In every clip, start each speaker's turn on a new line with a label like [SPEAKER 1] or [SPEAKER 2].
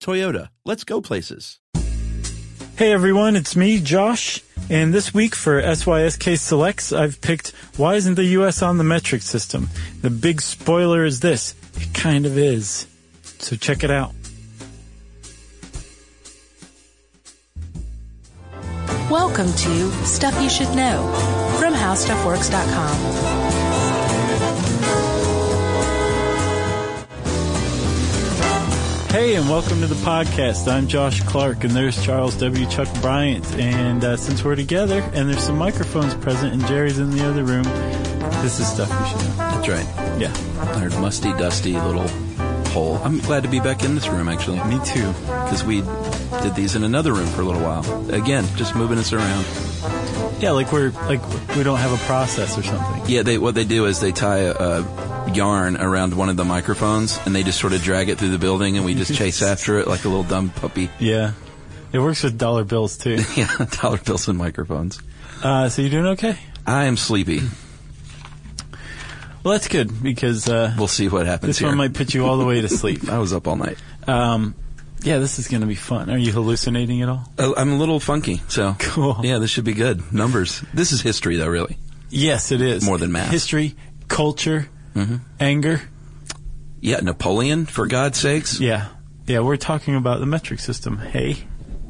[SPEAKER 1] Toyota, let's go places.
[SPEAKER 2] Hey everyone, it's me, Josh. And this week for SYSK Selects, I've picked Why Isn't the US on the Metric System? The big spoiler is this it kind of is. So check it out.
[SPEAKER 3] Welcome to Stuff You Should Know from HowStuffWorks.com.
[SPEAKER 2] Hey, and welcome to the podcast. I'm Josh Clark, and there's Charles W. Chuck Bryant. And uh, since we're together, and there's some microphones present, and Jerry's in the other room, this is stuff you should know.
[SPEAKER 4] That's right.
[SPEAKER 2] Yeah,
[SPEAKER 4] Our musty, dusty little hole. I'm glad to be back in this room, actually.
[SPEAKER 2] me too.
[SPEAKER 4] Because we did these in another room for a little while. Again, just moving us around.
[SPEAKER 2] Yeah, like we're like we don't have a process or something.
[SPEAKER 4] Yeah, they what they do is they tie a, a yarn around one of the microphones and they just sort of drag it through the building and we just chase after it like a little dumb puppy.
[SPEAKER 2] Yeah, it works with dollar bills too.
[SPEAKER 4] Yeah, dollar bills and microphones.
[SPEAKER 2] Uh, so you doing okay?
[SPEAKER 4] I am sleepy.
[SPEAKER 2] Well, that's good because uh,
[SPEAKER 4] We'll see what happens
[SPEAKER 2] this
[SPEAKER 4] here.
[SPEAKER 2] one might put you all the way to sleep.
[SPEAKER 4] I was up all night.
[SPEAKER 2] Um, yeah, this is going to be fun. Are you hallucinating at all?
[SPEAKER 4] Uh, I'm a little funky, so
[SPEAKER 2] Cool.
[SPEAKER 4] Yeah, this should be good. Numbers. This is history, though, really.
[SPEAKER 2] Yes, it is
[SPEAKER 4] More than math. Mm-hmm.
[SPEAKER 2] History, culture, anger.
[SPEAKER 4] Yeah, Napoleon, for God's sakes.
[SPEAKER 2] Yeah. Yeah, we're talking about the metric system. Hey.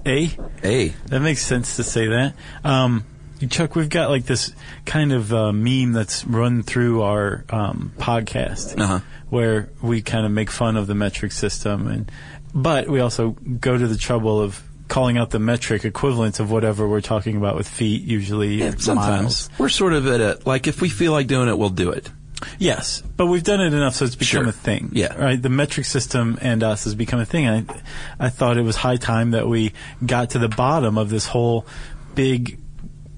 [SPEAKER 2] Hey.
[SPEAKER 4] Hey,
[SPEAKER 2] That makes sense to say that. Um, Chuck, we've got like this kind of uh, meme that's run through our um, podcast
[SPEAKER 4] Uh-huh.
[SPEAKER 2] where we kind of make fun of the metric system and but we also go to the trouble of calling out the metric equivalents of whatever we're talking about with feet usually or
[SPEAKER 4] sometimes
[SPEAKER 2] miles.
[SPEAKER 4] we're sort of at a like if we feel like doing it, we'll do it.
[SPEAKER 2] Yes, but we've done it enough so it's become
[SPEAKER 4] Sure.
[SPEAKER 2] a thing.
[SPEAKER 4] Yeah.
[SPEAKER 2] Right? The metric system and us has become a thing. And I, I thought it was high time that we got to the bottom of this whole big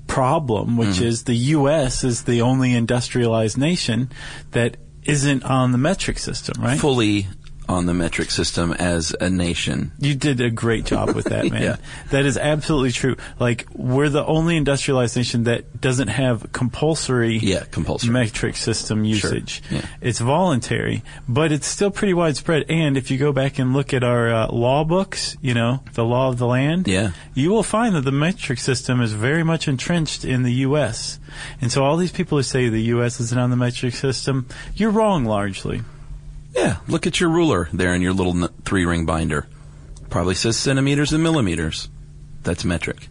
[SPEAKER 2] problem, which
[SPEAKER 4] Mm.
[SPEAKER 2] is the U.S. is the only industrialized nation that isn't on the metric system, right?
[SPEAKER 4] Fully on the metric system as a nation.
[SPEAKER 2] You did a great job with that, man.
[SPEAKER 4] Yeah.
[SPEAKER 2] That is absolutely true. Like, we're the only industrialized nation that doesn't have compulsory
[SPEAKER 4] Yeah, compulsory.
[SPEAKER 2] metric system usage.
[SPEAKER 4] Yeah.
[SPEAKER 2] It's voluntary, but it's still pretty widespread. And if you go back and look at our uh, law books, you know, the law of the land,
[SPEAKER 4] Yeah.
[SPEAKER 2] you will find that the metric system is very much entrenched in the U.S. And so all these people who say the U.S. isn't on the metric system, you're wrong largely.
[SPEAKER 4] Yeah, look at your ruler there in your little n- three ring binder. Probably says centimeters and millimeters. That's metric.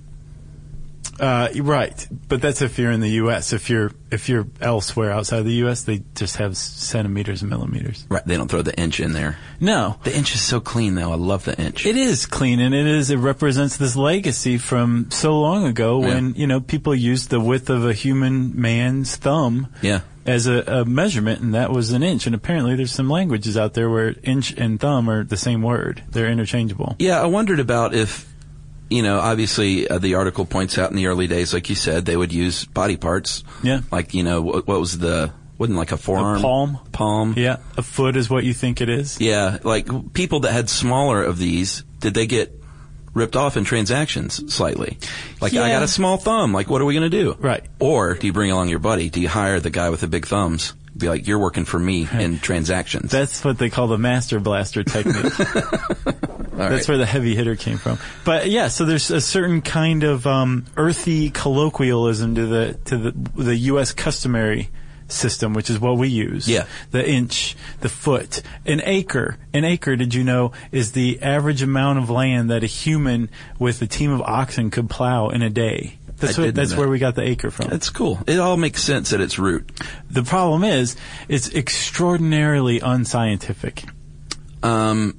[SPEAKER 2] Uh, right, but that's if you're in the U.S. If you're if you're elsewhere outside the U.S., they just have centimeters and millimeters.
[SPEAKER 4] Right. They don't throw the inch in there.
[SPEAKER 2] No,
[SPEAKER 4] The inch is so clean, though. I love the inch.
[SPEAKER 2] it is clean, and it is it represents this legacy from so long ago when you know people used the width of a human man's thumb
[SPEAKER 4] yeah.
[SPEAKER 2] as a, a measurement, and that was an inch. And apparently, there's some languages out there where inch and thumb are the same word; they're interchangeable.
[SPEAKER 4] Yeah, I wondered about if, you know, obviously uh, the article points out in the early days, like you said, they would use body parts.
[SPEAKER 2] Yeah.
[SPEAKER 4] Like, you know, what, what was the, wasn't like a forearm?
[SPEAKER 2] palm?
[SPEAKER 4] Palm.
[SPEAKER 2] Yeah, a foot is what you think it is.
[SPEAKER 4] Yeah, like people that had smaller of these, did they get ripped off in transactions slightly? Like, I
[SPEAKER 2] Yeah.
[SPEAKER 4] got a small thumb. Like, what are we going to do?
[SPEAKER 2] Right.
[SPEAKER 4] Or do you bring along your buddy? Do you hire the guy with the big thumbs? Be like, you're working for me in transactions.
[SPEAKER 2] That's what they call the master blaster technique.
[SPEAKER 4] All right.
[SPEAKER 2] That's where the heavy hitter came from. But yeah, so there's a certain kind of um, earthy colloquialism to the to the the U.S. customary system, which is what we use.
[SPEAKER 4] Yeah.
[SPEAKER 2] The inch, the foot, an acre. An acre, did you know, is the average amount of land that a human with a team of oxen could plow in a day. That's,
[SPEAKER 4] I
[SPEAKER 2] what,
[SPEAKER 4] didn't
[SPEAKER 2] that's
[SPEAKER 4] know. Uh,
[SPEAKER 2] where we got the acre from.
[SPEAKER 4] That's cool. It all makes sense at its root.
[SPEAKER 2] the problem is, it's extraordinarily unscientific,
[SPEAKER 4] Um,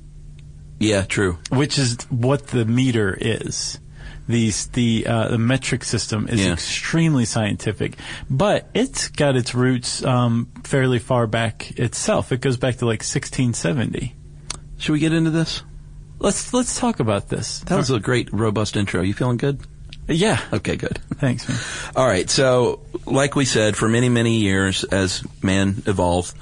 [SPEAKER 4] yeah, true.
[SPEAKER 2] which is what the meter is. These, the, uh, the metric system is
[SPEAKER 4] Yeah.
[SPEAKER 2] extremely scientific, but it's got its roots um, fairly far back itself. It goes back to like 1670.
[SPEAKER 4] Should we get into this?
[SPEAKER 2] Let's let's talk about this.
[SPEAKER 4] That was a great, robust intro. You feeling good?
[SPEAKER 2] Yeah.
[SPEAKER 4] Okay, good.
[SPEAKER 2] Thanks, man.
[SPEAKER 4] All right. So, like we said, for many, many years, as man evolved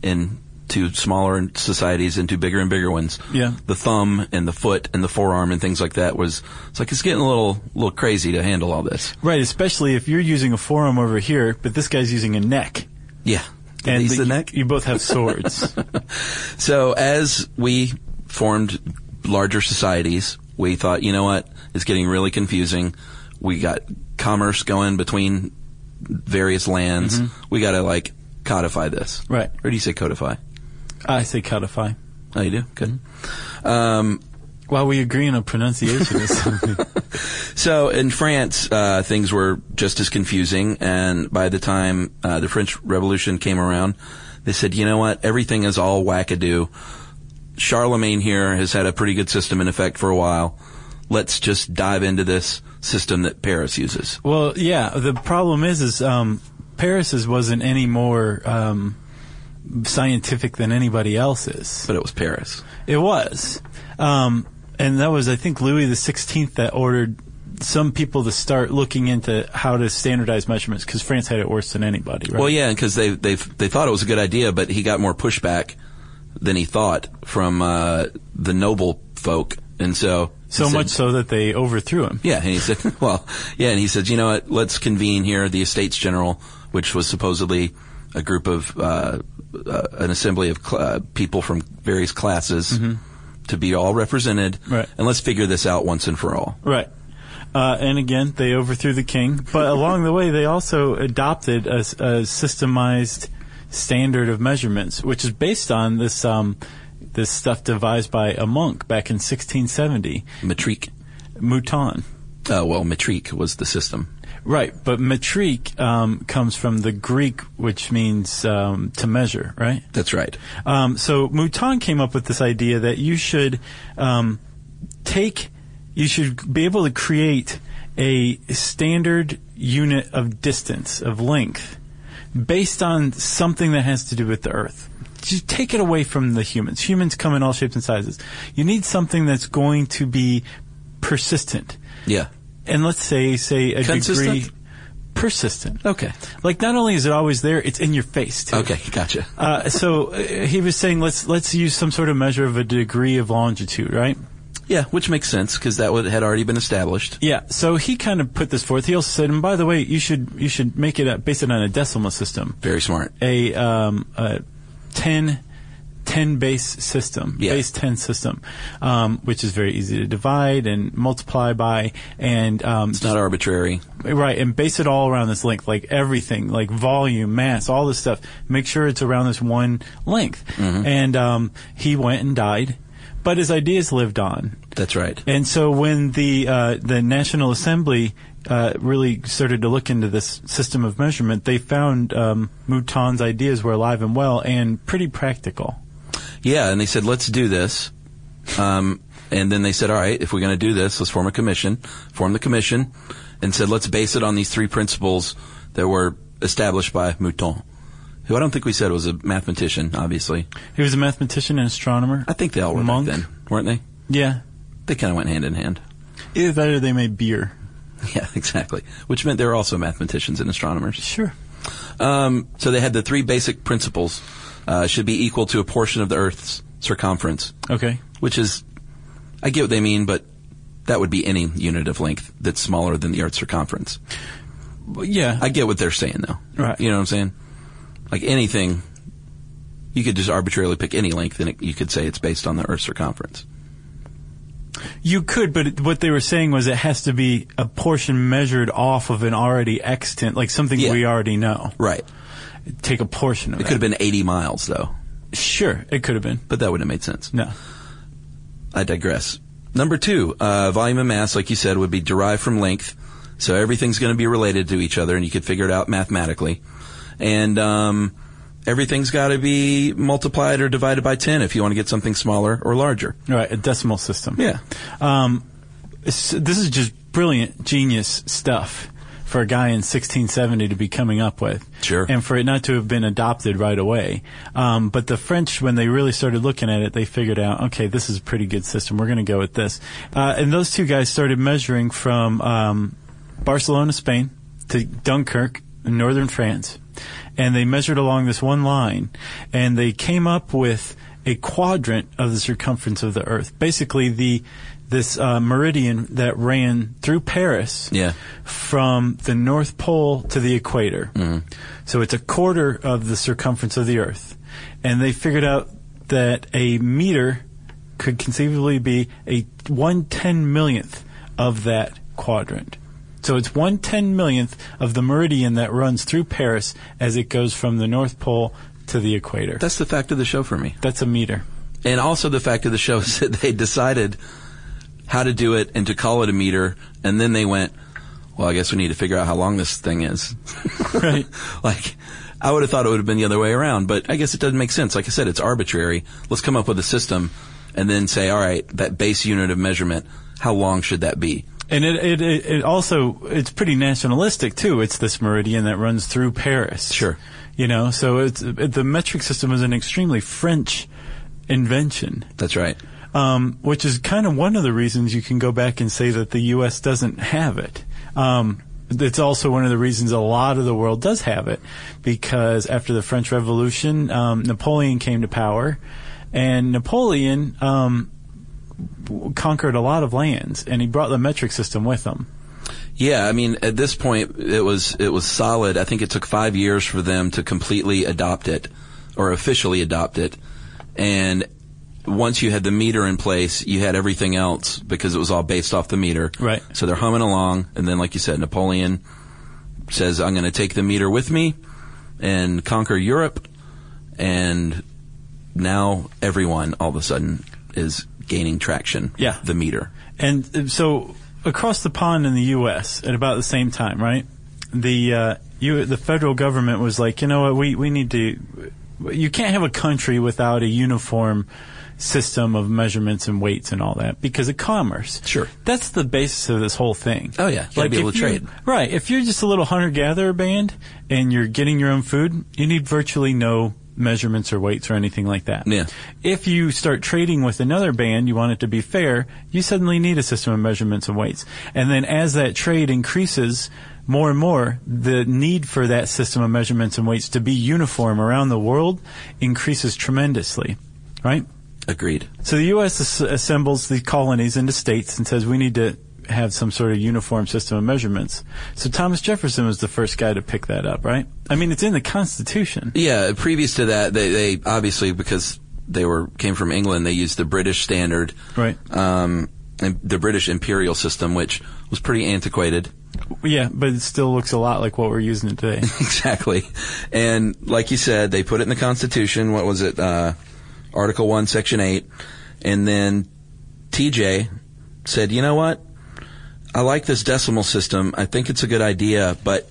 [SPEAKER 4] into smaller societies, into bigger and bigger ones,
[SPEAKER 2] Yeah.
[SPEAKER 4] the thumb and the foot and the forearm and things like that was, it's like it's getting a little, little crazy to handle all this.
[SPEAKER 2] Right, especially if you're using a forearm over here, but this guy's using a neck.
[SPEAKER 4] Yeah. These
[SPEAKER 2] the,
[SPEAKER 4] the neck.
[SPEAKER 2] You both have swords.
[SPEAKER 4] So as we formed larger societies, we thought, you know what, it's getting really confusing. We got commerce going between various lands. We got to like codify this.
[SPEAKER 2] Right.
[SPEAKER 4] Or do you say codify?
[SPEAKER 2] I say codify.
[SPEAKER 4] Oh, you do? Good. Um,
[SPEAKER 2] While we agree on a pronunciation or something.
[SPEAKER 4] so in France, uh, things were just as confusing. And by the time uh, the French Revolution came around, they said, you know what? Everything is all wackadoo. Charlemagne here has had a pretty good system in effect for a while. Let's just dive into this system that Paris uses.
[SPEAKER 2] well, yeah, the problem is, is um, Paris's wasn't any more um, scientific than anybody else's.
[SPEAKER 4] But it was Paris.
[SPEAKER 2] It was. Um, and that was, I think, Louis the Sixteenth that ordered some people to start looking into how to standardize measurements because France had it worse than anybody, right?
[SPEAKER 4] Well, yeah, because they they they thought it was a good idea, but he got more pushback than he thought from uh, the noble folk, and so he
[SPEAKER 2] So
[SPEAKER 4] said-
[SPEAKER 2] much so that they overthrew him.
[SPEAKER 4] Yeah, and he said, well, yeah, and he said, you know what? Let's convene here the Estates General, which was supposedly a group of uh, uh, an assembly of cl- uh, people from various classes to be all represented,
[SPEAKER 2] Right.
[SPEAKER 4] and let's figure this out once and for all.
[SPEAKER 2] Right. Uh, and again, they overthrew the king. But along the way, they also adopted a, s- a systemized standard of measurements, which is based on this um, this stuff devised by a monk back in 1670,
[SPEAKER 4] Matrique,
[SPEAKER 2] Mouton.
[SPEAKER 4] uh, well, Matrique was the system.
[SPEAKER 2] Right, but metrique um, comes from the Greek, which means um, to measure, right?
[SPEAKER 4] That's right.
[SPEAKER 2] Um, so Mouton came up with this idea that you should um, take, you should be able to create a standard unit of distance, of length, based on something that has to do with the Earth. Just take it away from the humans. Humans come in all shapes and sizes. You need something that's going to be persistent,
[SPEAKER 4] Yeah.
[SPEAKER 2] and let's say, say a
[SPEAKER 4] Consistent?
[SPEAKER 2] degree persistent.
[SPEAKER 4] Okay.
[SPEAKER 2] Like not only is it always there, it's in your face too.
[SPEAKER 4] Okay. Gotcha.
[SPEAKER 2] Uh, so uh, he was saying let's let's use some sort of measure of a degree of longitude, right?
[SPEAKER 4] Yeah, which makes sense because that would, had already been established.
[SPEAKER 2] Yeah. So he kind of put this forth. He also said, and by the way, you should you should make it uh, based it on a decimal system,
[SPEAKER 4] Very smart.
[SPEAKER 2] a um a 10, 10 base system,
[SPEAKER 4] Yeah.
[SPEAKER 2] base ten system, um, which is very easy to divide and multiply by, and um,
[SPEAKER 4] It's not arbitrary.
[SPEAKER 2] Right, and base it all around this length, like everything, like volume, mass, all this stuff. Make sure it's around this one length. And um, he went and died, but his ideas lived on.
[SPEAKER 4] That's right.
[SPEAKER 2] And so when the uh, the National Assembly uh, really started to look into this system of measurement, they found um, Mouton's ideas were alive and well and pretty practical.
[SPEAKER 4] Yeah, and they said, let's do this. Um, and then they said, all right, if we're going to do this, let's form a commission. Form the commission and said, let's base it on these three principles that were established by Mouton, who I don't think we said was a mathematician, obviously.
[SPEAKER 2] He was a mathematician and astronomer.
[SPEAKER 4] I think they all were back
[SPEAKER 2] Monk.
[SPEAKER 4] then, weren't they?
[SPEAKER 2] Yeah,
[SPEAKER 4] They kind of went hand in hand.
[SPEAKER 2] either that or they made beer.
[SPEAKER 4] Yeah, exactly. Which meant they were also mathematicians and astronomers.
[SPEAKER 2] Sure.
[SPEAKER 4] Um, so they had the three basic principles uh, should be equal to a portion of the Earth's circumference,
[SPEAKER 2] Okay.
[SPEAKER 4] which is, I get what they mean, but that would be any unit of length that's smaller than the Earth's circumference.
[SPEAKER 2] Well, yeah.
[SPEAKER 4] I get what they're saying, though.
[SPEAKER 2] Right.
[SPEAKER 4] You know what I'm saying? Like anything, you could just arbitrarily pick any length, and it, you could say it's based on the Earth's circumference.
[SPEAKER 2] You could, but it- what they were saying was it has to be a portion measured off of an already extant, like something
[SPEAKER 4] Yeah.
[SPEAKER 2] we already know.
[SPEAKER 4] Right.
[SPEAKER 2] take a portion of
[SPEAKER 4] It
[SPEAKER 2] that.
[SPEAKER 4] could have been 80 miles though,
[SPEAKER 2] Sure, it could have been.
[SPEAKER 4] but that wouldn't have made sense.
[SPEAKER 2] No.
[SPEAKER 4] I digress. Number two, uh, volume and mass, like you said, would be derived from length. So everything's going to be related to each other, and you could figure it out mathematically. And um, everything's got to be multiplied or divided by 10 if you want to get something smaller or larger.
[SPEAKER 2] All right, a decimal system.
[SPEAKER 4] Yeah.
[SPEAKER 2] Um, s- this is just brilliant, genius stuff for a guy in 1670 to be coming up with.
[SPEAKER 4] Sure.
[SPEAKER 2] And for it not to have been adopted right away. Um, but the French, when they really started looking at it, they figured out, okay, this is a pretty good system. We're going to go with this. Uh, and those two guys started measuring from um, Barcelona, Spain, to Dunkirk, in northern France. And they measured along this one line, and they came up with a quadrant of the circumference of the Earth. Basically, the this uh, meridian that ran through Paris
[SPEAKER 4] Yeah.
[SPEAKER 2] from the North Pole to the equator. So it's a quarter of the circumference of the Earth. And they figured out that a meter could conceivably be a one ten millionth of that quadrant. So it's one ten millionth of the meridian that runs through Paris as it goes from the North Pole to the equator.
[SPEAKER 4] That's the fact of the show for me.
[SPEAKER 2] That's a meter.
[SPEAKER 4] And also the fact of the show is that they decided how to do it and to call it a meter, and then they went, well, I guess we need to figure out how long this thing is.
[SPEAKER 2] Right.
[SPEAKER 4] like, I would have thought it would have been the other way around, but I guess it doesn't make sense. Like I said, it's arbitrary. Let's come up with a system and then say, all right, that base unit of measurement, how long should that be?
[SPEAKER 2] And it, it, it, it also, it's pretty nationalistic too. It's this meridian that runs through Paris.
[SPEAKER 4] Sure.
[SPEAKER 2] You know, so it's, it, the metric system is an extremely French invention,
[SPEAKER 4] That's right.
[SPEAKER 2] um, which is kind of one of the reasons you can go back and say that the U.S. doesn't have it. Um, it's also one of the reasons a lot of the world does have it because after the French Revolution, um, Napoleon came to power and Napoleon, um, w- conquered a lot of lands and he brought the metric system with him.
[SPEAKER 4] Yeah, I mean, at this point, it was it was solid. I think it took five years for them to completely adopt it, or officially adopt it. And once you had the meter in place, you had everything else because it was all based off the meter.
[SPEAKER 2] Right.
[SPEAKER 4] So they're humming along, and then, like you said, Napoleon says, "I'm going to take the meter with me and conquer Europe." And now everyone, all of a sudden, is gaining traction.
[SPEAKER 2] Yeah.
[SPEAKER 4] the meter.
[SPEAKER 2] And uh, so across the pond in the U.S. at about the same time, right? The uh, you the federal government was like, you know what, we we need to. You can't have a country without a uniform system of measurements and weights and all that because of commerce.
[SPEAKER 4] Sure.
[SPEAKER 2] that's the basis of this whole thing.
[SPEAKER 4] Oh, yeah. You gotta be able
[SPEAKER 2] if
[SPEAKER 4] to
[SPEAKER 2] you-
[SPEAKER 4] trade.
[SPEAKER 2] right? If you're just a little hunter-gatherer band and you're getting your own food, you need virtually no measurements or weights or anything like that.
[SPEAKER 4] Yeah.
[SPEAKER 2] If you start trading with another band, you want it to be fair, you suddenly need a system of measurements and weights. And then as that trade increases more and more, the need for that system of measurements and weights to be uniform around the world increases tremendously, right?
[SPEAKER 4] Agreed.
[SPEAKER 2] So the U.S. as- assembles the colonies into states and says we need to have some sort of uniform system of measurements. So Thomas Jefferson was the first guy to pick that up, right? I mean, it's in the Constitution.
[SPEAKER 4] Yeah, previous to that, they, they obviously because they were came from England, they used the British standard,
[SPEAKER 2] Right.
[SPEAKER 4] Um, and the British imperial system, which was pretty antiquated.
[SPEAKER 2] Yeah, but it still looks a lot like what we're using it today.
[SPEAKER 4] exactly. And like you said, they put it in the Constitution. What was it? Uh, Article 1, Section 8. And then TJ said, you know what? I like this decimal system. I think it's a good idea, but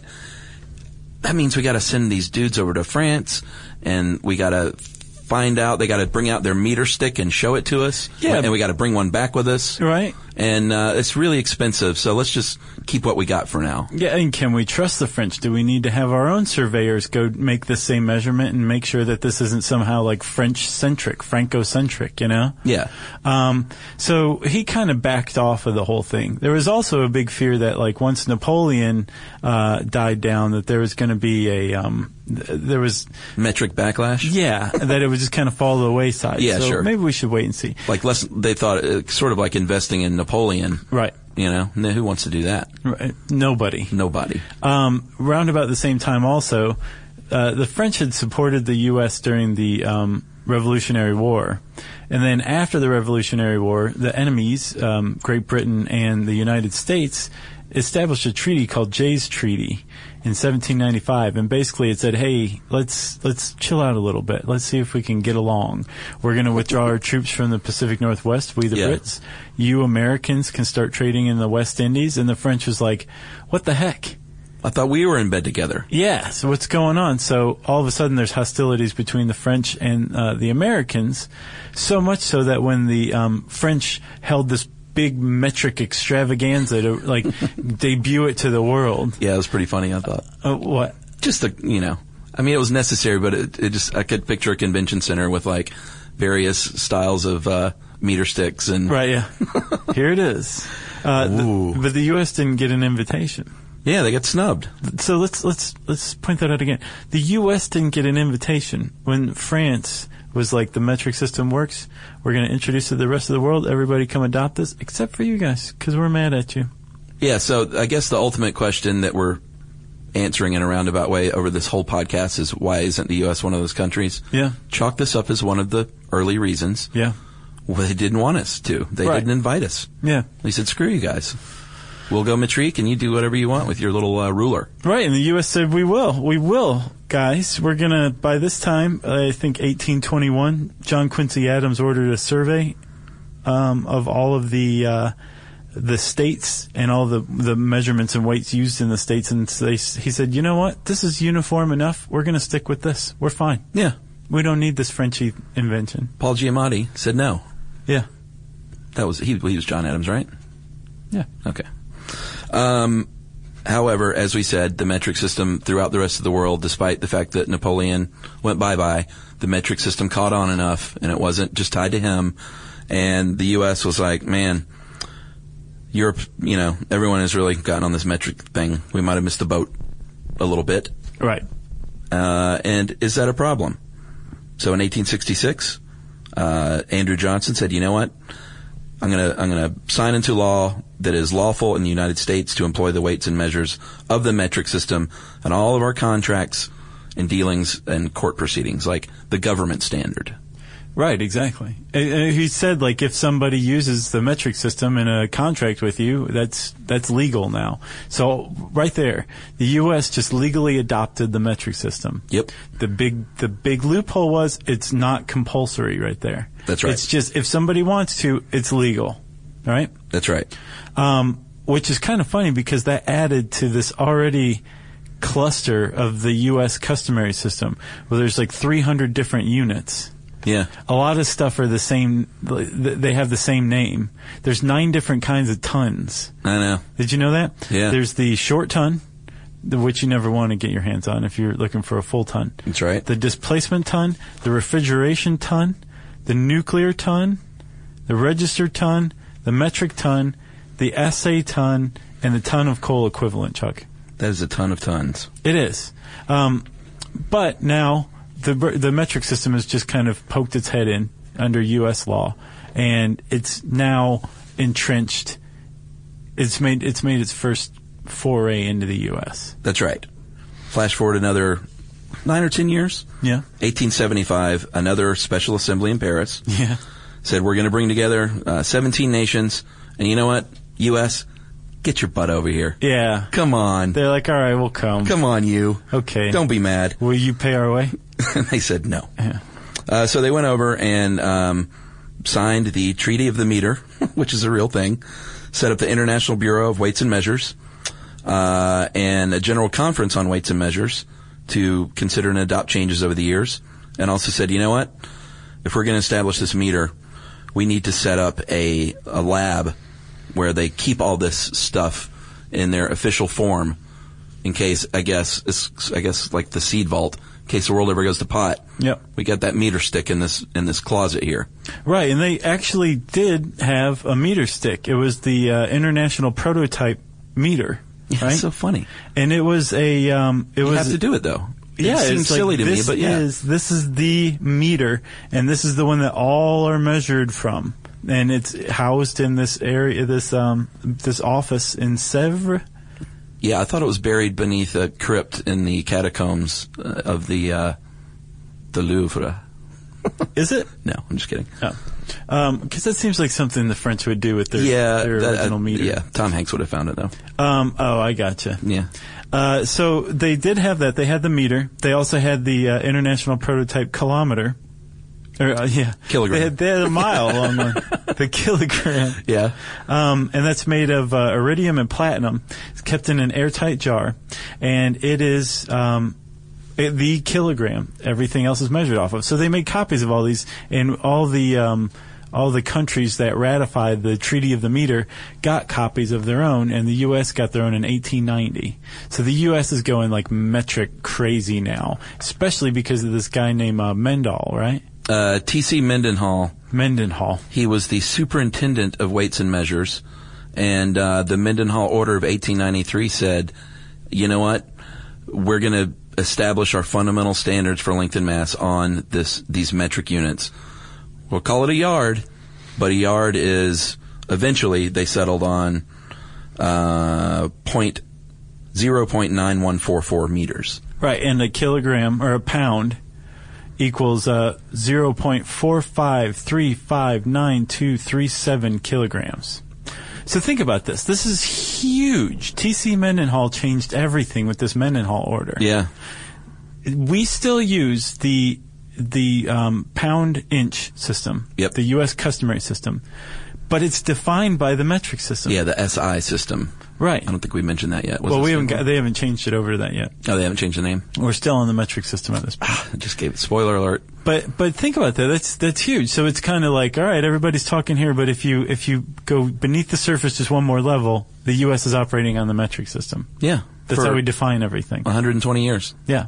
[SPEAKER 4] that means we got to send these dudes over to France and we got to find out. They got to bring out their meter stick and show it to us.
[SPEAKER 2] Yeah.
[SPEAKER 4] And we got to bring one back with us.
[SPEAKER 2] Right.
[SPEAKER 4] And uh, it's really expensive. So let's just keep what we got for now.
[SPEAKER 2] Yeah, and can we trust the French? Do we need to have our own surveyors go make the same measurement and make sure that this isn't somehow like French centric, Franco centric, you know?
[SPEAKER 4] Yeah.
[SPEAKER 2] Um, so he kind of backed off of the whole thing. There was also a big fear that, like, once Napoleon uh, died down, that there was going to be a um, th- there was
[SPEAKER 4] Metric backlash.
[SPEAKER 2] yeah that it would just kind of fall to the wayside.
[SPEAKER 4] Yeah,
[SPEAKER 2] so
[SPEAKER 4] sure.
[SPEAKER 2] Maybe we should wait and see.
[SPEAKER 4] like less they thought uh, sort of like investing in Napoleon.
[SPEAKER 2] Right.
[SPEAKER 4] You know, No, who wants to do that?
[SPEAKER 2] Right. Nobody.
[SPEAKER 4] Nobody.
[SPEAKER 2] Um, round about the same time, also, uh, the French had supported the U.S. during the um, Revolutionary War. And then after the Revolutionary War, the enemies, um, Great Britain and the United States, established a treaty called Jay's Treaty in 1795, and basically it said, "Hey, let's let's chill out a little bit. Let's see if we can get along. We're going to withdraw our troops from the Pacific Northwest. We the
[SPEAKER 4] Yeah.
[SPEAKER 2] Brits, you Americans can start trading in the West Indies." And the French was like, "What the heck?
[SPEAKER 4] I thought we were in bed together.
[SPEAKER 2] Yeah, so what's going on? So all of a sudden there's hostilities between the French and uh, the Americans, so much so that when the um, French held this big metric extravaganza to like debut it to the world,
[SPEAKER 4] Yeah, it was pretty funny. I thought
[SPEAKER 2] uh, what?
[SPEAKER 4] just the you know, I mean, it was necessary, but it, it just I could picture a convention center with like various styles of uh, meter sticks and
[SPEAKER 2] Right, yeah. Here it is. Uh, the-
[SPEAKER 4] Ooh.
[SPEAKER 2] but the U.S. didn't get an invitation.
[SPEAKER 4] yeah, they got snubbed.
[SPEAKER 2] So let's let's let's point that out again. The U.S. didn't get an invitation when France was like the metric system works. We're going to introduce it to the rest of the world. Everybody come adopt this, except for you guys, because we're mad at you.
[SPEAKER 4] Yeah, so I guess the ultimate question that we're answering in a roundabout way over this whole podcast is why isn't the U.S. one of those countries?
[SPEAKER 2] Yeah.
[SPEAKER 4] Chalk this up as one of the early reasons.
[SPEAKER 2] Yeah,
[SPEAKER 4] Well, they didn't want us to. They
[SPEAKER 2] Right.
[SPEAKER 4] didn't invite us.
[SPEAKER 2] yeah,
[SPEAKER 4] They said, screw you guys. We'll go matrique and you do whatever you want with your little uh, ruler.
[SPEAKER 2] right. And the U.S. said, "We will, we will, guys. We're gonna." By this time, I think 1821, John Quincy Adams ordered a survey um, of all of the. Uh, the states and all the the measurements and weights used in the states, and so they, s- he said, "You know what? This is uniform enough. We're going to stick with this. We're fine.
[SPEAKER 4] Yeah.
[SPEAKER 2] We don't need this Frenchy invention."
[SPEAKER 4] Paul Giamatti said no.
[SPEAKER 2] Yeah,
[SPEAKER 4] That was, he, he was John Adams, right?
[SPEAKER 2] yeah,
[SPEAKER 4] Okay. Um, however, as we said, the metric system throughout the rest of the world, despite the fact that Napoleon went bye bye, the metric system caught on enough, and it wasn't just tied to him. And the U.S. was like, man, Europe, you know, everyone has really gotten on this metric thing. We might have missed the boat a little bit.
[SPEAKER 2] right.
[SPEAKER 4] Uh, and is that a problem? So in 1866, uh, Andrew Johnson said, "You know what? I'm gonna I'm gonna sign into law that is lawful in the United States to employ the weights and measures of the metric system in all of our contracts and dealings and court proceedings, like the government standard."
[SPEAKER 2] Right, exactly. Uh, uh, He said, like, if somebody uses the metric system in a contract with you, that's that's legal now. So, right there, the U.S. just legally adopted the metric system.
[SPEAKER 4] Yep.
[SPEAKER 2] The big the big loophole was it's not compulsory. Right there.
[SPEAKER 4] That's right.
[SPEAKER 2] It's just if somebody wants to, it's legal. All right.
[SPEAKER 4] That's right.
[SPEAKER 2] um, which is kind of funny because that added to this already cluster of the U.S. customary system, where there's like 300 different units.
[SPEAKER 4] Yeah.
[SPEAKER 2] A lot of stuff are the same. th- They have the same name. There's nine different kinds of tons.
[SPEAKER 4] I know.
[SPEAKER 2] Did you know that?
[SPEAKER 4] Yeah.
[SPEAKER 2] There's the short ton, the- which you never want to get your hands on if you're looking for a full ton.
[SPEAKER 4] That's right.
[SPEAKER 2] The displacement ton, the refrigeration ton, the nuclear ton, the register ton, the metric ton, the assay ton, and the ton of coal equivalent, Chuck.
[SPEAKER 4] That is a ton of tons.
[SPEAKER 2] It is. Um, but now the br- the metric system has just kind of poked its head in under U.S. law, and it's now entrenched. It's made it's made its first foray into the U.S.
[SPEAKER 4] That's right. Flash forward another nine or ten years.
[SPEAKER 2] Yeah,
[SPEAKER 4] 1875, another special assembly in Paris.
[SPEAKER 2] yeah,
[SPEAKER 4] said we're going to bring together uh, 17 nations, and you know what, U.S., get your butt over here.
[SPEAKER 2] yeah.
[SPEAKER 4] Come on,
[SPEAKER 2] They're like, all right, we'll come.
[SPEAKER 4] come on, you.
[SPEAKER 2] Okay.
[SPEAKER 4] Don't be mad.
[SPEAKER 2] Will you pay our way?
[SPEAKER 4] and they said no.
[SPEAKER 2] Yeah.
[SPEAKER 4] Uh, so they went over and um, signed the Treaty of the Meter, which is a real thing. Set up the International Bureau of Weights and Measures, uh, and a general conference on weights and measures to consider and adopt changes over the years. And also said, you know what? If we're going to establish this meter, we need to set up a, a lab where they keep all this stuff in their official form in case, I guess, it's, I guess like the seed vault, in case the world ever goes to pot.
[SPEAKER 2] Yep.
[SPEAKER 4] We got that meter stick in this, in this closet here.
[SPEAKER 2] Right, and they actually did have a meter stick. It was the uh, international prototype meter,
[SPEAKER 4] Yeah,
[SPEAKER 2] right?
[SPEAKER 4] It's so funny.
[SPEAKER 2] and it was a um, it
[SPEAKER 4] You
[SPEAKER 2] was
[SPEAKER 4] have to do it though.
[SPEAKER 2] yeah,
[SPEAKER 4] it seems
[SPEAKER 2] it's like,
[SPEAKER 4] silly to me,
[SPEAKER 2] this
[SPEAKER 4] but yeah.
[SPEAKER 2] is this is the meter, and this is the one that all are measured from, and it's housed in this area, this um, this office in Sèvres.
[SPEAKER 4] Yeah, I thought it was buried beneath a crypt in the catacombs uh, of the uh, the Louvre.
[SPEAKER 5] Is it?
[SPEAKER 4] No, I'm just kidding.
[SPEAKER 5] Oh. Because that seems like something the French would do with their,
[SPEAKER 4] yeah,
[SPEAKER 5] their
[SPEAKER 4] that-
[SPEAKER 5] original
[SPEAKER 4] uh,
[SPEAKER 5] meter.
[SPEAKER 4] Yeah, Tom Hanks would have found it though.
[SPEAKER 5] Um, oh, I gotcha.
[SPEAKER 4] Yeah.
[SPEAKER 5] Uh, so they did have that. They had the meter. They also had the uh, international prototype kilometer. Or, uh, yeah.
[SPEAKER 4] Kilogram.
[SPEAKER 5] They had, they had a mile long one. The kilogram.
[SPEAKER 4] Yeah.
[SPEAKER 5] Um, and that's made of uh, iridium and platinum. It's kept in an airtight jar. And it is um, it- the kilogram. Everything else is measured off of. So they made copies of all these. And all the. Um, all the countries that ratified the Treaty of the Meter got copies of their own, and the U.S. got their own in 1890. So the U.S. is going like metric crazy now, especially because of this guy named uh, Mendel, right?
[SPEAKER 4] Uh, T.C. Mendenhall,
[SPEAKER 5] Mendenhall.
[SPEAKER 4] he was the superintendent of weights and measures, and uh, the Mendenhall Order of 1893 said, "You know what? We're going to establish our fundamental standards for length and mass on this these metric units. We'll call it a yard, but a yard is eventually they settled on uh, point zero point nine one four four meters."
[SPEAKER 5] Right, and a kilogram or a pound equals uh, 0.45359237 kilograms. So think about this. This is huge. TC Mendenhall changed everything with this Mendenhall order.
[SPEAKER 4] Yeah.
[SPEAKER 5] We still use the the um, pound inch system,
[SPEAKER 4] Yep.
[SPEAKER 5] the U.S. customary system, but it's defined by the metric system.
[SPEAKER 4] Yeah, the SI system.
[SPEAKER 5] Right.
[SPEAKER 4] I don't think we mentioned that yet. Was
[SPEAKER 5] Well,
[SPEAKER 4] it
[SPEAKER 5] we haven't
[SPEAKER 4] Singapore?
[SPEAKER 5] got, they haven't changed it over to that yet.
[SPEAKER 4] Oh, they haven't changed the name.
[SPEAKER 5] We're still on the metric system at this point.
[SPEAKER 4] I just gave it. Spoiler alert.
[SPEAKER 5] But but think about that. That's that's huge. So it's kind of like all right, everybody's talking here, but if you if you go beneath the surface just one more level, the U.S. is operating on the metric system.
[SPEAKER 4] Yeah.
[SPEAKER 5] That's
[SPEAKER 4] for
[SPEAKER 5] how we define everything.
[SPEAKER 4] 120 years.
[SPEAKER 5] Yeah.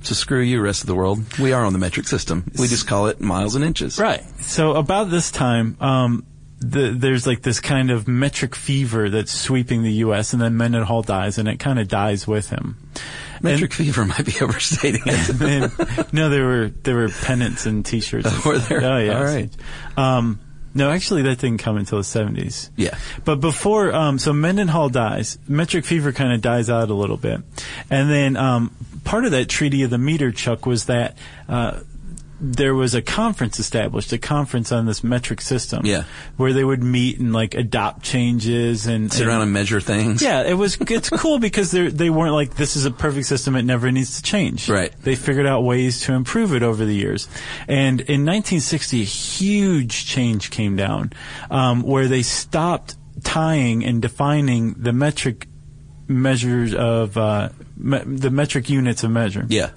[SPEAKER 4] So screw you, rest of the world. We are on the metric system. We just call it miles and inches.
[SPEAKER 5] Right. So about this time, um, the, there's like this kind of metric fever that's sweeping the U.S. and then Mendenhall dies, and it kind of dies with him.
[SPEAKER 4] Metric fever might be overstating it.
[SPEAKER 5] And- no, there were there were pennants and T-shirts.
[SPEAKER 4] were there?
[SPEAKER 5] Oh yeah.
[SPEAKER 4] All right.
[SPEAKER 5] Um, no, actually, that didn't come until the seventies.
[SPEAKER 4] Yeah.
[SPEAKER 5] But before, um, so Mendenhall dies. Metric fever kind of dies out a little bit, and then um, part of that Treaty of the Meter, Chuck, was that. Uh, there was a conference established, a conference on this metric system,
[SPEAKER 4] Yeah.
[SPEAKER 5] where they would meet and like adopt changes and
[SPEAKER 4] Sit
[SPEAKER 5] and-
[SPEAKER 4] around and measure things.
[SPEAKER 5] yeah, it was. It's cool because they they weren't like this is a perfect system; it never needs to change.
[SPEAKER 4] Right.
[SPEAKER 5] They figured out ways to improve it over the years, and in 1960, a huge change came down um, where they stopped tying and defining the metric measures of uh, me- the metric units of measure
[SPEAKER 4] Yeah.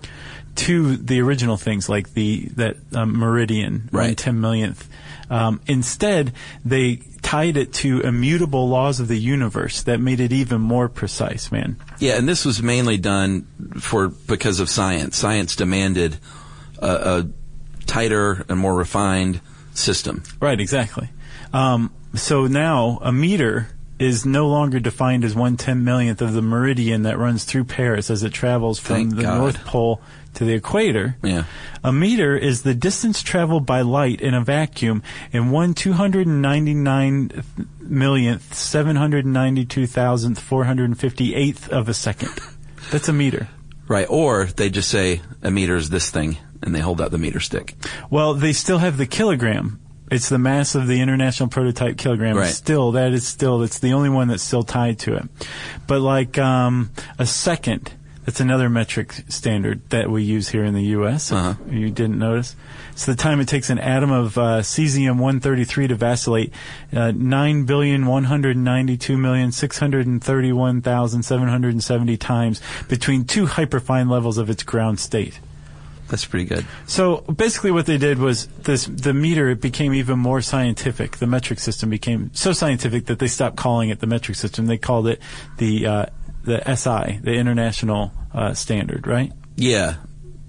[SPEAKER 5] to the original things like the that um, meridian
[SPEAKER 4] Right.
[SPEAKER 5] ten millionth. Um, instead, they tied it to immutable laws of the universe that made it even more precise. Man,
[SPEAKER 4] Yeah, and this was mainly done for because of science. Science demanded a, a tighter and more refined system.
[SPEAKER 5] right? Exactly. Um, so now a meter is no longer defined as one ten millionth of the meridian that runs through Paris as it travels from
[SPEAKER 4] Thank
[SPEAKER 5] the
[SPEAKER 4] God.
[SPEAKER 5] North Pole to the equator.
[SPEAKER 4] Yeah.
[SPEAKER 5] A meter is the distance traveled by light in a vacuum in one 299 millionth, 792 thousandth, 458th of a second. That's a meter.
[SPEAKER 4] Right, or they just say a meter is this thing, and they hold out the meter stick.
[SPEAKER 5] Well, they still have the kilogram. It's the mass of the international prototype kilogram.
[SPEAKER 4] Right.
[SPEAKER 5] Still, that is still, that's the only one that's still tied to it. But like, um, a second, that's another metric standard that we use here in the U.S. if
[SPEAKER 4] Uh-huh.
[SPEAKER 5] you didn't notice. It's the time it takes an atom of, uh, cesium-133 to vacillate, uh, 9,192,631,770 times between two hyperfine levels of its ground state.
[SPEAKER 4] That's pretty good.
[SPEAKER 5] So basically, what they did was this: the meter it became even more scientific. The metric system became so scientific that they stopped calling it the metric system. They called it the uh, the SI, the International uh, Standard, right?
[SPEAKER 4] Yeah.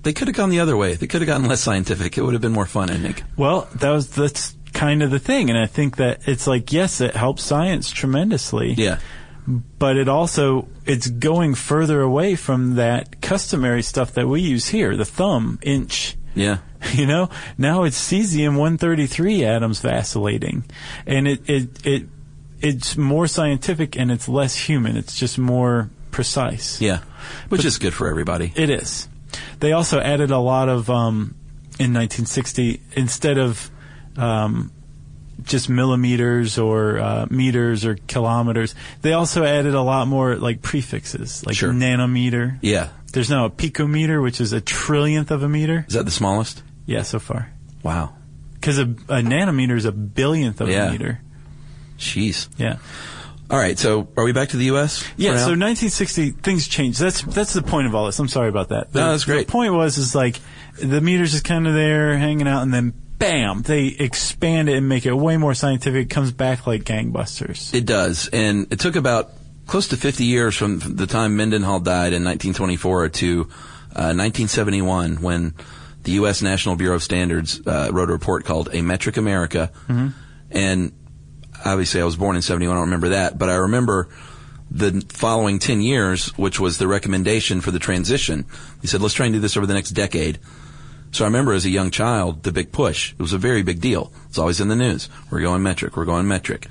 [SPEAKER 4] They could have gone the other way. They could have gotten less scientific. It would have been more fun, I think.
[SPEAKER 5] Well, that was that's kind of the thing, and I think that it's like yes, it helps science tremendously.
[SPEAKER 4] Yeah.
[SPEAKER 5] but it also it's going further away from that customary stuff that we use here, the thumb inch.
[SPEAKER 4] Yeah.
[SPEAKER 5] You know, now it's cesium 133 atoms vacillating, and it it it it's more scientific and it's less human. It's just more precise.
[SPEAKER 4] Yeah. Which is good for everybody.
[SPEAKER 5] It is. They also added a lot of um, in 1960 instead of um, just millimeters or uh, meters or kilometers. They also added a lot more like prefixes, like
[SPEAKER 4] Sure.
[SPEAKER 5] nanometer.
[SPEAKER 4] Yeah.
[SPEAKER 5] There's now a picometer, which is a trillionth of a meter.
[SPEAKER 4] Is that the smallest?
[SPEAKER 5] Yeah, so far.
[SPEAKER 4] Wow.
[SPEAKER 5] Because a, a nanometer is a billionth of
[SPEAKER 4] Yeah.
[SPEAKER 5] a meter.
[SPEAKER 4] Jeez.
[SPEAKER 5] Yeah.
[SPEAKER 4] All right. So are we back to the U.S.? for
[SPEAKER 5] Yeah,
[SPEAKER 4] now?
[SPEAKER 5] so 1960 things changed. That's that's the point of all this. I'm sorry about that. The,
[SPEAKER 4] No, that's great.
[SPEAKER 5] The point was is like the meters is kind of there hanging out, and then bam, they expand it and make it way more scientific. It comes back like gangbusters.
[SPEAKER 4] It does. And it took about close to 50 years from the time Mendenhall died in 1924 to uh, 1971 when the U.S. National Bureau of Standards uh, wrote a report called A Metric America. And obviously I was born in 71. I don't remember that, but I remember the following 10 years, which was the recommendation for the transition. He said, let's try and do this over the next decade. So I remember as a young child, the big push. It was a very big deal. It's always in the news. We're going metric. We're going metric.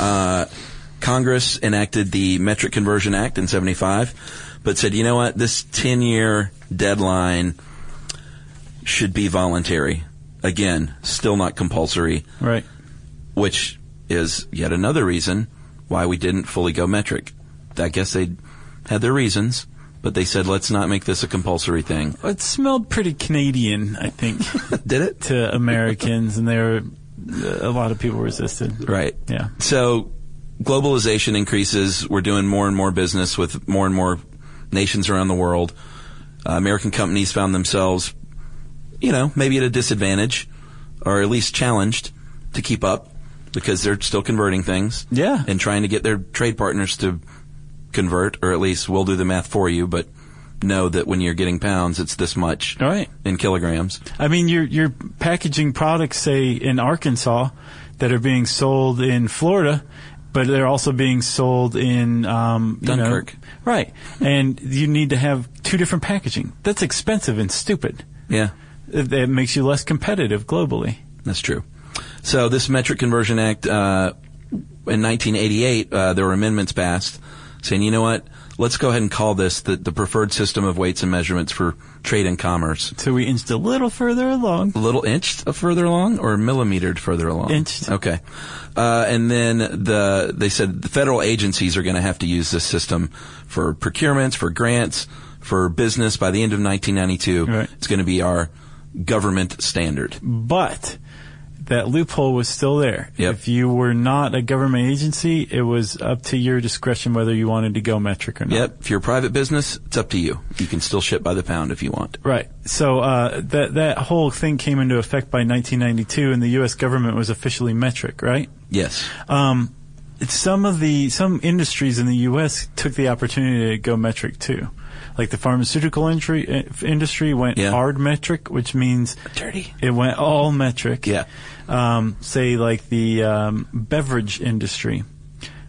[SPEAKER 4] Uh, Congress enacted the Metric Conversion Act in 75, but said, you know what? This 10 year deadline should be voluntary. Again, still not compulsory
[SPEAKER 5] Right.
[SPEAKER 4] which is yet another reason why we didn't fully go metric. I guess they had their reasons, but they said let's not make this a compulsory thing.
[SPEAKER 5] It smelled pretty Canadian, I think,
[SPEAKER 4] Did it?
[SPEAKER 5] to Americans, and there were a lot of people resisted.
[SPEAKER 4] Right.
[SPEAKER 5] Yeah.
[SPEAKER 4] So globalization increases. We're doing more and more business with more and more nations around the world. Uh, American companies found themselves, you know, maybe at a disadvantage or at least challenged to keep up because they're still converting things.
[SPEAKER 5] Yeah.
[SPEAKER 4] And trying to get their trade partners to convert, or at least we'll do the math for you, but know that when you're getting pounds, it's this much
[SPEAKER 5] All right.
[SPEAKER 4] in kilograms.
[SPEAKER 5] I mean, you're you're packaging products, say in Arkansas, that are being sold in Florida, but they're also being sold in um, you know-
[SPEAKER 4] Dunkirk.
[SPEAKER 5] right? And you need to have two different packaging. That's expensive and stupid.
[SPEAKER 4] Yeah.
[SPEAKER 5] It- That makes you less competitive globally.
[SPEAKER 4] That's true. So this Metric Conversion Act uh, in 1988, uh, there were amendments passed saying, you know what, let's go ahead and call this the, the preferred system of weights and measurements for trade and commerce.
[SPEAKER 5] So we inched a little further along.
[SPEAKER 4] A little inched further along or millimetered further along?
[SPEAKER 5] Inched.
[SPEAKER 4] Okay. Uh, and then the, they said the federal agencies are going to have to use this system for procurements, for grants, for business. By the end of 1992,
[SPEAKER 5] Right.
[SPEAKER 4] it's going to be our government standard.
[SPEAKER 5] But that loophole was still there.
[SPEAKER 4] Yep.
[SPEAKER 5] If you were not a government agency, it was up to your discretion whether you wanted to go metric or not.
[SPEAKER 4] Yep. If you're a private business, it's up to you. You can still ship by the pound if you want.
[SPEAKER 5] Right. So uh, that that whole thing came into effect by 1992, and the U.S. government was officially metric, right?
[SPEAKER 4] Yes.
[SPEAKER 5] Um, it's some of the some industries in the U.S. took the opportunity to go metric too, like the pharmaceutical industry uh, industry went
[SPEAKER 4] Yeah.
[SPEAKER 5] hard metric, which means
[SPEAKER 4] Dirty.
[SPEAKER 5] It went all metric.
[SPEAKER 4] Yeah.
[SPEAKER 5] Um, say like the um, beverage industry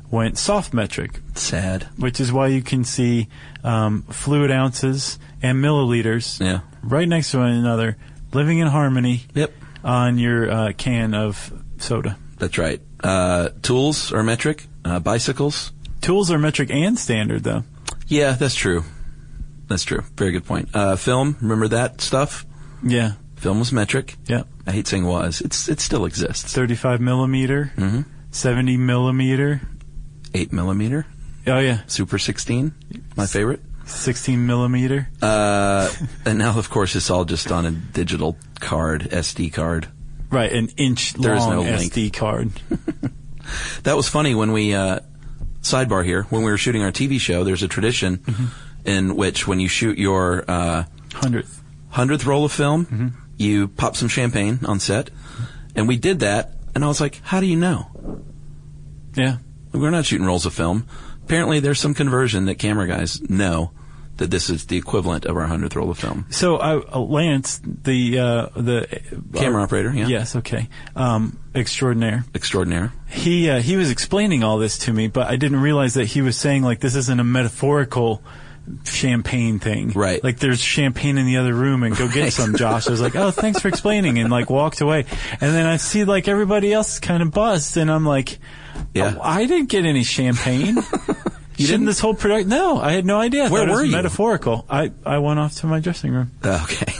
[SPEAKER 5] went soft metric,
[SPEAKER 4] Sad.
[SPEAKER 5] which is why you can see um, fluid ounces and milliliters
[SPEAKER 4] Yeah.
[SPEAKER 5] right next to one another, living in harmony
[SPEAKER 4] Yep.
[SPEAKER 5] on your uh, can of soda.
[SPEAKER 4] That's right. Uh, tools are metric. Uh, bicycles.
[SPEAKER 5] Tools are metric and standard, though.
[SPEAKER 4] Yeah, that's true. That's true. Very good point. Uh, film. Remember that stuff?
[SPEAKER 5] Yeah,
[SPEAKER 4] Film was metric.
[SPEAKER 5] yeah.
[SPEAKER 4] I hate saying was. It's it still exists.
[SPEAKER 5] 35 millimeter,
[SPEAKER 4] Mhm.
[SPEAKER 5] 70 millimeter.
[SPEAKER 4] Eight millimeter.
[SPEAKER 5] Oh, yeah.
[SPEAKER 4] Super 16, my favorite.
[SPEAKER 5] 16 millimeter.
[SPEAKER 4] Uh, and now, of course, it's all just on a digital card, SD card.
[SPEAKER 5] Right, an inch
[SPEAKER 4] There is
[SPEAKER 5] long
[SPEAKER 4] no link.
[SPEAKER 5] SD card.
[SPEAKER 4] That was funny when we, uh, sidebar here, when we were shooting our TV show, there's a tradition
[SPEAKER 5] Mm-hmm.
[SPEAKER 4] in which when you shoot your, uh,
[SPEAKER 5] 100th.
[SPEAKER 4] 100th roll of film,
[SPEAKER 5] Mm-hmm.
[SPEAKER 4] you pop some champagne on set. And we did that, and I was like, how do you know?
[SPEAKER 5] Yeah.
[SPEAKER 4] We're not shooting rolls of film. Apparently, there's some conversion that camera guys know that this is the equivalent of our 100th roll of film.
[SPEAKER 5] So I, uh, Lance, the uh, the
[SPEAKER 4] Camera operator, yeah.
[SPEAKER 5] Yes, okay. Um, extraordinaire.
[SPEAKER 4] Extraordinaire.
[SPEAKER 5] He uh, he was explaining all this to me, but I didn't realize that he was saying like this isn't a metaphorical champagne thing.
[SPEAKER 4] Right.
[SPEAKER 5] Like there's champagne in the other room and go get
[SPEAKER 4] Right.
[SPEAKER 5] some, Josh. I was like, oh, thanks for explaining and like walked away. And then I see like everybody else kind of buzzed and I'm like,
[SPEAKER 4] Yeah.
[SPEAKER 5] "Oh, I didn't get any champagne. you
[SPEAKER 4] didn't?
[SPEAKER 5] this whole product? No, I had no idea. I
[SPEAKER 4] Where
[SPEAKER 5] thought it was
[SPEAKER 4] were you?
[SPEAKER 5] Metaphorical. I, I went off to my dressing room.
[SPEAKER 4] Uh, Okay.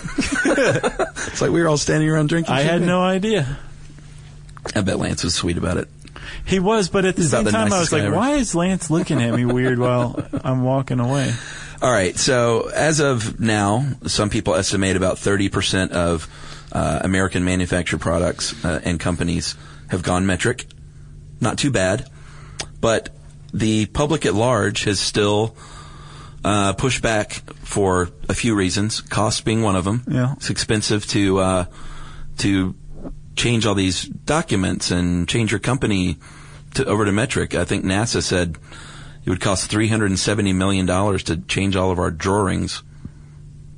[SPEAKER 4] it's like we were all standing around drinking.
[SPEAKER 5] I had
[SPEAKER 4] champagne.
[SPEAKER 5] no idea.
[SPEAKER 4] I bet Lance was sweet about it.
[SPEAKER 5] He was, but at the
[SPEAKER 4] He's about
[SPEAKER 5] same
[SPEAKER 4] the
[SPEAKER 5] time, I
[SPEAKER 4] nicest
[SPEAKER 5] was
[SPEAKER 4] guy
[SPEAKER 5] like,
[SPEAKER 4] ever.
[SPEAKER 5] why is Lance looking at me weird while I'm walking away?
[SPEAKER 4] All right. So as of now, some people estimate about 30% of uh, American manufactured products uh, and companies have gone metric. Not too bad. But the public at large has still uh, pushed back for a few reasons, cost being one of them.
[SPEAKER 5] Yeah.
[SPEAKER 4] It's expensive to, uh, to change all these documents and change your company to, over to metric. I think NASA said it would cost three hundred and seventy million dollars to change all of our drawings,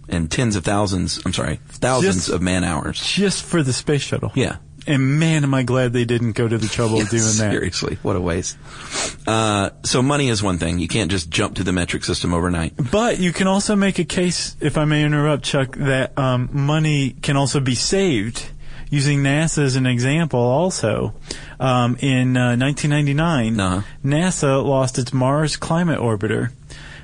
[SPEAKER 4] and tens of thousands. I'm sorry, thousands
[SPEAKER 5] Just-
[SPEAKER 4] of man hours.
[SPEAKER 5] Just for the space shuttle.
[SPEAKER 4] Yeah.
[SPEAKER 5] And man, am I glad they didn't go to the trouble of doing that.
[SPEAKER 4] Seriously, what a waste. Uh, so money is one thing. You can't just jump to the metric system overnight.
[SPEAKER 5] But you can also make a case, if I may interrupt, Chuck, that um, money can also be saved. Using NASA as an example, also, um, in uh, 1999,
[SPEAKER 4] Uh-huh.
[SPEAKER 5] NASA lost its Mars climate orbiter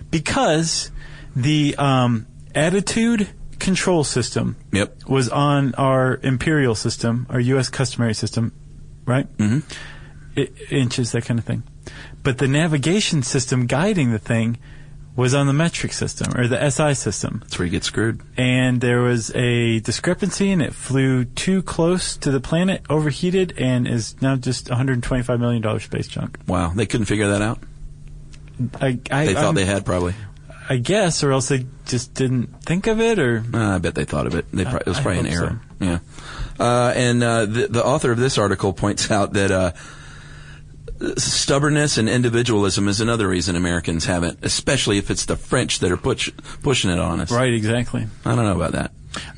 [SPEAKER 5] because the um, attitude control system
[SPEAKER 4] Yep.
[SPEAKER 5] was on our imperial system, our U.S. customary system, right? Mm-hmm. inches, that kind of thing. But the navigation system guiding the thing was on the metric system or the SI system,
[SPEAKER 4] That's where you get screwed.
[SPEAKER 5] and there was a discrepancy, and it flew too close to the planet, overheated, and is now just 125 million dollar space junk.
[SPEAKER 4] Wow, they couldn't figure that out.
[SPEAKER 5] I, I,
[SPEAKER 4] They thought
[SPEAKER 5] I'm-
[SPEAKER 4] they had probably.
[SPEAKER 5] I guess, or else they just didn't think of it, or
[SPEAKER 4] Uh, I bet they thought of it. They pro- it was
[SPEAKER 5] I
[SPEAKER 4] probably an
[SPEAKER 5] hope
[SPEAKER 4] error. Yeah. Uh, and uh, the, the author of this article points out that uh, stubbornness and individualism is another reason Americans haven't, especially if it's the French that are push, pushing it on us.
[SPEAKER 5] right, exactly.
[SPEAKER 4] I don't know about that.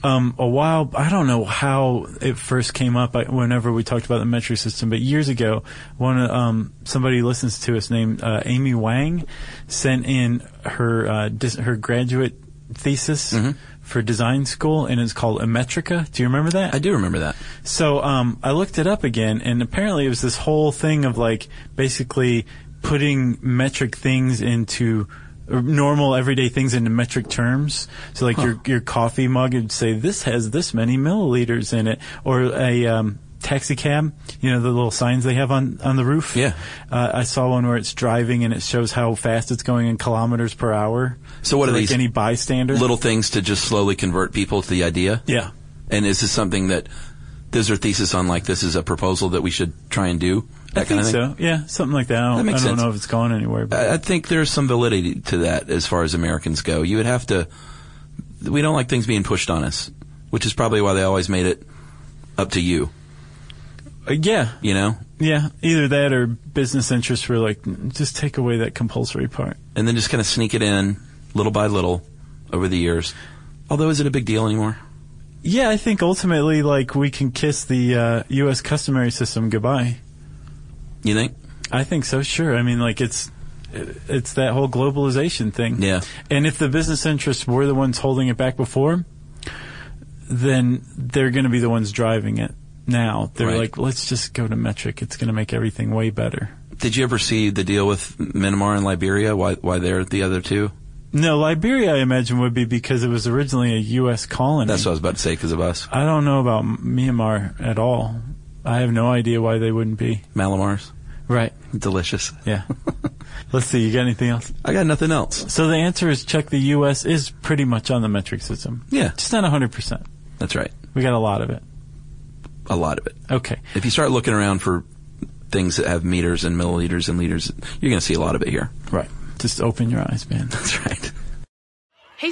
[SPEAKER 5] um, a while. I don't know how it first came up. I, whenever we talked about the metric system, but years ago, one um, somebody who listens to us named uh, Amy Wang sent in her uh, dis- her graduate thesis for design school, and it's called Emetrica. Do you remember that?
[SPEAKER 4] I do remember that.
[SPEAKER 5] So um, I looked it up again, and apparently it was this whole thing of like basically putting metric things into or normal everyday things into metric terms. So like your your coffee mug would say this has this many milliliters in it, or a um, taxi cab, you know the little signs they have on on the roof.
[SPEAKER 4] Yeah.
[SPEAKER 5] uh, I saw one where it's driving and it shows how fast it's going in kilometers per hour.
[SPEAKER 4] So what
[SPEAKER 5] For,
[SPEAKER 4] are
[SPEAKER 5] like
[SPEAKER 4] these
[SPEAKER 5] any bystander?
[SPEAKER 4] Little things to just slowly convert people to the idea.
[SPEAKER 5] yeah.
[SPEAKER 4] And is this something that does their thesis on like this is a proposal that we should try and do? That
[SPEAKER 5] I think
[SPEAKER 4] kind of thing?
[SPEAKER 5] so. Yeah, something like that. I don't,
[SPEAKER 4] That makes
[SPEAKER 5] I don't
[SPEAKER 4] sense.
[SPEAKER 5] know if it's going anywhere. But
[SPEAKER 4] I I think there's some validity to that as far as Americans go. You would have to. We don't like things being pushed on us, which is probably why they always made it up to you.
[SPEAKER 5] Uh, yeah,
[SPEAKER 4] You know,
[SPEAKER 5] yeah. Either that or business interests were like, "Mm, just take away that compulsory part.
[SPEAKER 4] and then just kind of sneak it in little by little over the years. Although, is it a big deal anymore?
[SPEAKER 5] Yeah, I think ultimately, like, we can kiss the uh, U.S. customary system goodbye.
[SPEAKER 4] You think?
[SPEAKER 5] I think so. Sure. I mean, like, it's it's that whole globalization thing.
[SPEAKER 4] Yeah.
[SPEAKER 5] And if the business interests were the ones holding it back before, then they're going to be the ones driving it. Now they're
[SPEAKER 4] Right.
[SPEAKER 5] like, let's just go to metric. It's going to make everything way better.
[SPEAKER 4] Did you ever see the deal with Myanmar and Liberia? Why? Why they're the other two?
[SPEAKER 5] No, Liberia, I imagine, would be because it was originally a U.S. colony.
[SPEAKER 4] That's what I was about to say because of us,
[SPEAKER 5] I don't know about Myanmar at all. I have no idea why they wouldn't be.
[SPEAKER 4] Malamars.
[SPEAKER 5] Right.
[SPEAKER 4] Delicious.
[SPEAKER 5] Yeah. Let's see. You got anything else?
[SPEAKER 4] I got nothing else.
[SPEAKER 5] So the answer is check the U.S. is pretty much on the metric system.
[SPEAKER 4] Yeah,
[SPEAKER 5] Just not 100%.
[SPEAKER 4] that's right.
[SPEAKER 5] We got a lot of it.
[SPEAKER 4] A lot of it.
[SPEAKER 5] Okay.
[SPEAKER 4] If you start looking around for things that have meters and milliliters and liters, you're going to see a lot of it here.
[SPEAKER 5] Right. Just open your eyes, man.
[SPEAKER 4] That's right.
[SPEAKER 6] Hey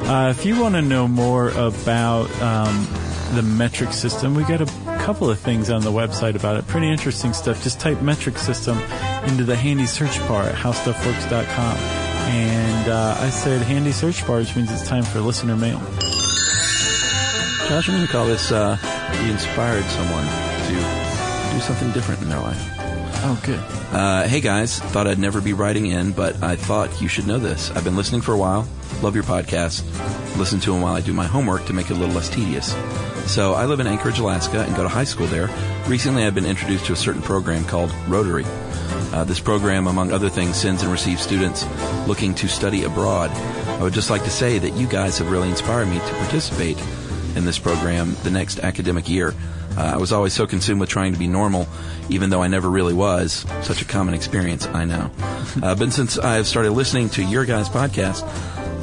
[SPEAKER 5] Uh, if you want to know more about um, the metric system, we got a couple of things on the website about it. Pretty interesting stuff. Just type metric system into the handy search bar at howstuffworks.com. And uh, I said handy search bar, which means it's time for listener mail.
[SPEAKER 4] Josh, I'm going to call this uh, you inspired someone to do something different in their life.
[SPEAKER 5] Oh, good.
[SPEAKER 4] Uh, hey guys, thought I'd never be writing in, but I thought you should know this. I've been listening for a while. Love your podcast. Listen to them while I do my homework to make it a little less tedious. So I live in Anchorage, Alaska, and go to high school there. Recently, I've been introduced to a certain program called Rotary. Uh, this program, among other things, sends and receives students looking to study abroad. I would just like to say that you guys have really inspired me to participate in this program the next academic year. Uh, I was always so consumed with trying to be normal, even though I never really was. Such a common experience, I know. uh, but since I've started listening to your guys' podcast,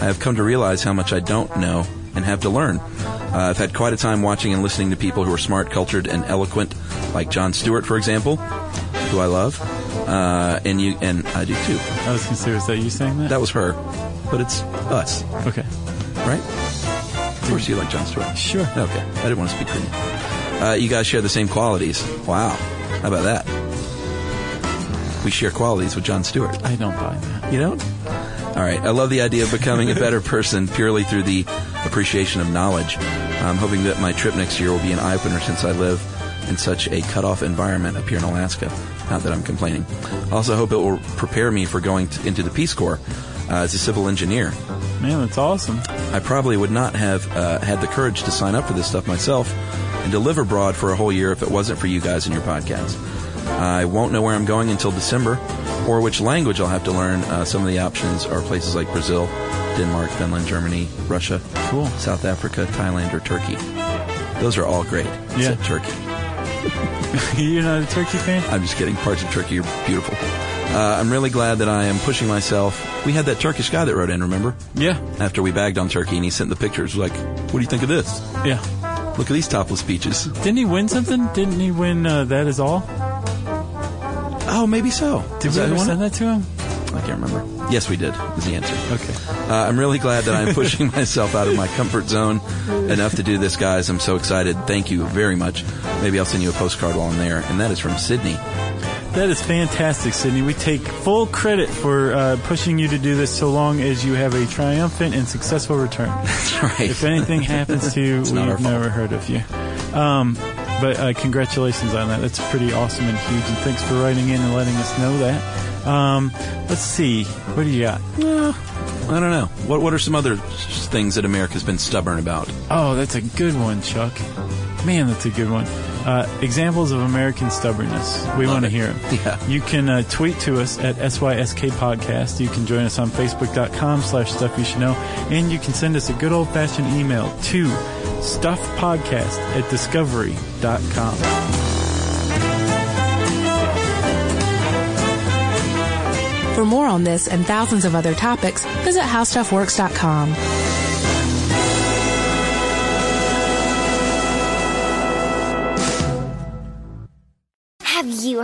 [SPEAKER 4] I have come to realize how much I don't know and have to learn. Uh, I've had quite a time watching and listening to people who are smart, cultured, and eloquent, like John Stewart, for example, who I love, uh, and you and I do too.
[SPEAKER 5] I was considering, was that you saying that?
[SPEAKER 4] That was her, but it's us,
[SPEAKER 5] okay.
[SPEAKER 4] right? Of course, you like John Stewart.
[SPEAKER 5] Sure.
[SPEAKER 4] Okay, I didn't want to speak for you. Uh, you guys share the same qualities. Wow, how about that? We share qualities with John Stewart.
[SPEAKER 5] I don't buy that.
[SPEAKER 4] You don't? All right, I love the idea of becoming a better person purely through the appreciation of knowledge. I'm hoping that my trip next year will be an eye opener since I live in such a cut off environment up here in Alaska. Not that I'm complaining. I also hope it will prepare me for going t into the Peace Corps uh, as a civil engineer.
[SPEAKER 5] Man, that's awesome.
[SPEAKER 4] I probably would not have uh, had the courage to sign up for this stuff myself and to live abroad for a whole year if it wasn't for you guys and your podcast. I won't know where I'm going until December or which language I'll have to learn. Uh, some of the options are places like Brazil, Denmark, Finland, Germany, Russia,
[SPEAKER 5] Cool.
[SPEAKER 4] South Africa, Thailand, or Turkey. Those are all great.
[SPEAKER 5] Yeah.
[SPEAKER 4] Except Turkey.
[SPEAKER 5] You're not a turkey fan?
[SPEAKER 4] I'm just kidding. Parts of Turkey are beautiful. Uh, I'm really glad that I am pushing myself. We had that Turkish guy that wrote in, remember?
[SPEAKER 5] Yeah.
[SPEAKER 4] After we bagged on Turkey and he sent the pictures, like, what do you think of this?
[SPEAKER 5] Yeah.
[SPEAKER 4] Look at these topless beaches.
[SPEAKER 5] Didn't he win something? Didn't he win uh, That Is All?
[SPEAKER 4] Oh, maybe so.
[SPEAKER 5] Did
[SPEAKER 4] Is
[SPEAKER 5] we
[SPEAKER 4] that
[SPEAKER 5] ever
[SPEAKER 4] one?
[SPEAKER 5] send that to him?
[SPEAKER 4] I can't remember. Yes, we did. Is the answer.
[SPEAKER 5] Okay.
[SPEAKER 4] Uh, I'm really glad that I'm pushing myself out of my comfort zone enough to do this, guys. I'm so excited. Thank you very much. Maybe I'll send you a postcard while I'm there. And that is from Sydney.
[SPEAKER 5] That is fantastic, Sydney. We take full credit for uh, pushing you to do this so long as you have a triumphant and successful return.
[SPEAKER 4] That's right.
[SPEAKER 5] If anything happens to you,
[SPEAKER 4] It's not our
[SPEAKER 5] we've
[SPEAKER 4] fault.
[SPEAKER 5] never heard of you. Um, but uh, congratulations on that. That's pretty awesome and huge. And thanks for writing in and letting us know that. Um, let's see. What do you got?
[SPEAKER 4] I don't know. What What are some other s- things that America's been stubborn about?
[SPEAKER 5] Oh, that's a good one, Chuck. Man, that's a good one. Uh, examples of American stubbornness. We
[SPEAKER 4] Love
[SPEAKER 5] want to
[SPEAKER 4] it.
[SPEAKER 5] hear them.
[SPEAKER 4] Yeah.
[SPEAKER 5] You can uh, tweet to us at SYSK Podcast. You can join us on Facebook.com slash Stuff You Should Know. And you can send us a good old-fashioned email to stuffpodcast at discovery.com.
[SPEAKER 3] For more on this and thousands of other topics, visit howstuffworks.com.
[SPEAKER 7] Have you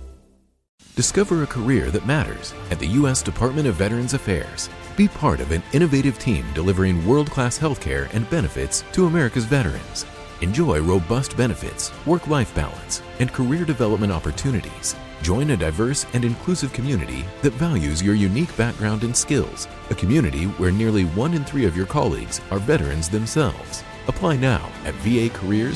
[SPEAKER 8] Discover a career that matters at the U.S. Department of Veterans Affairs. Be part of an innovative team delivering world class healthcare and benefits to America's veterans. Enjoy robust benefits, work life balance, and career development opportunities. Join a diverse and inclusive community that values your unique background and skills, a community where nearly one in three of your colleagues are veterans themselves. Apply now at vacareers.va.gov.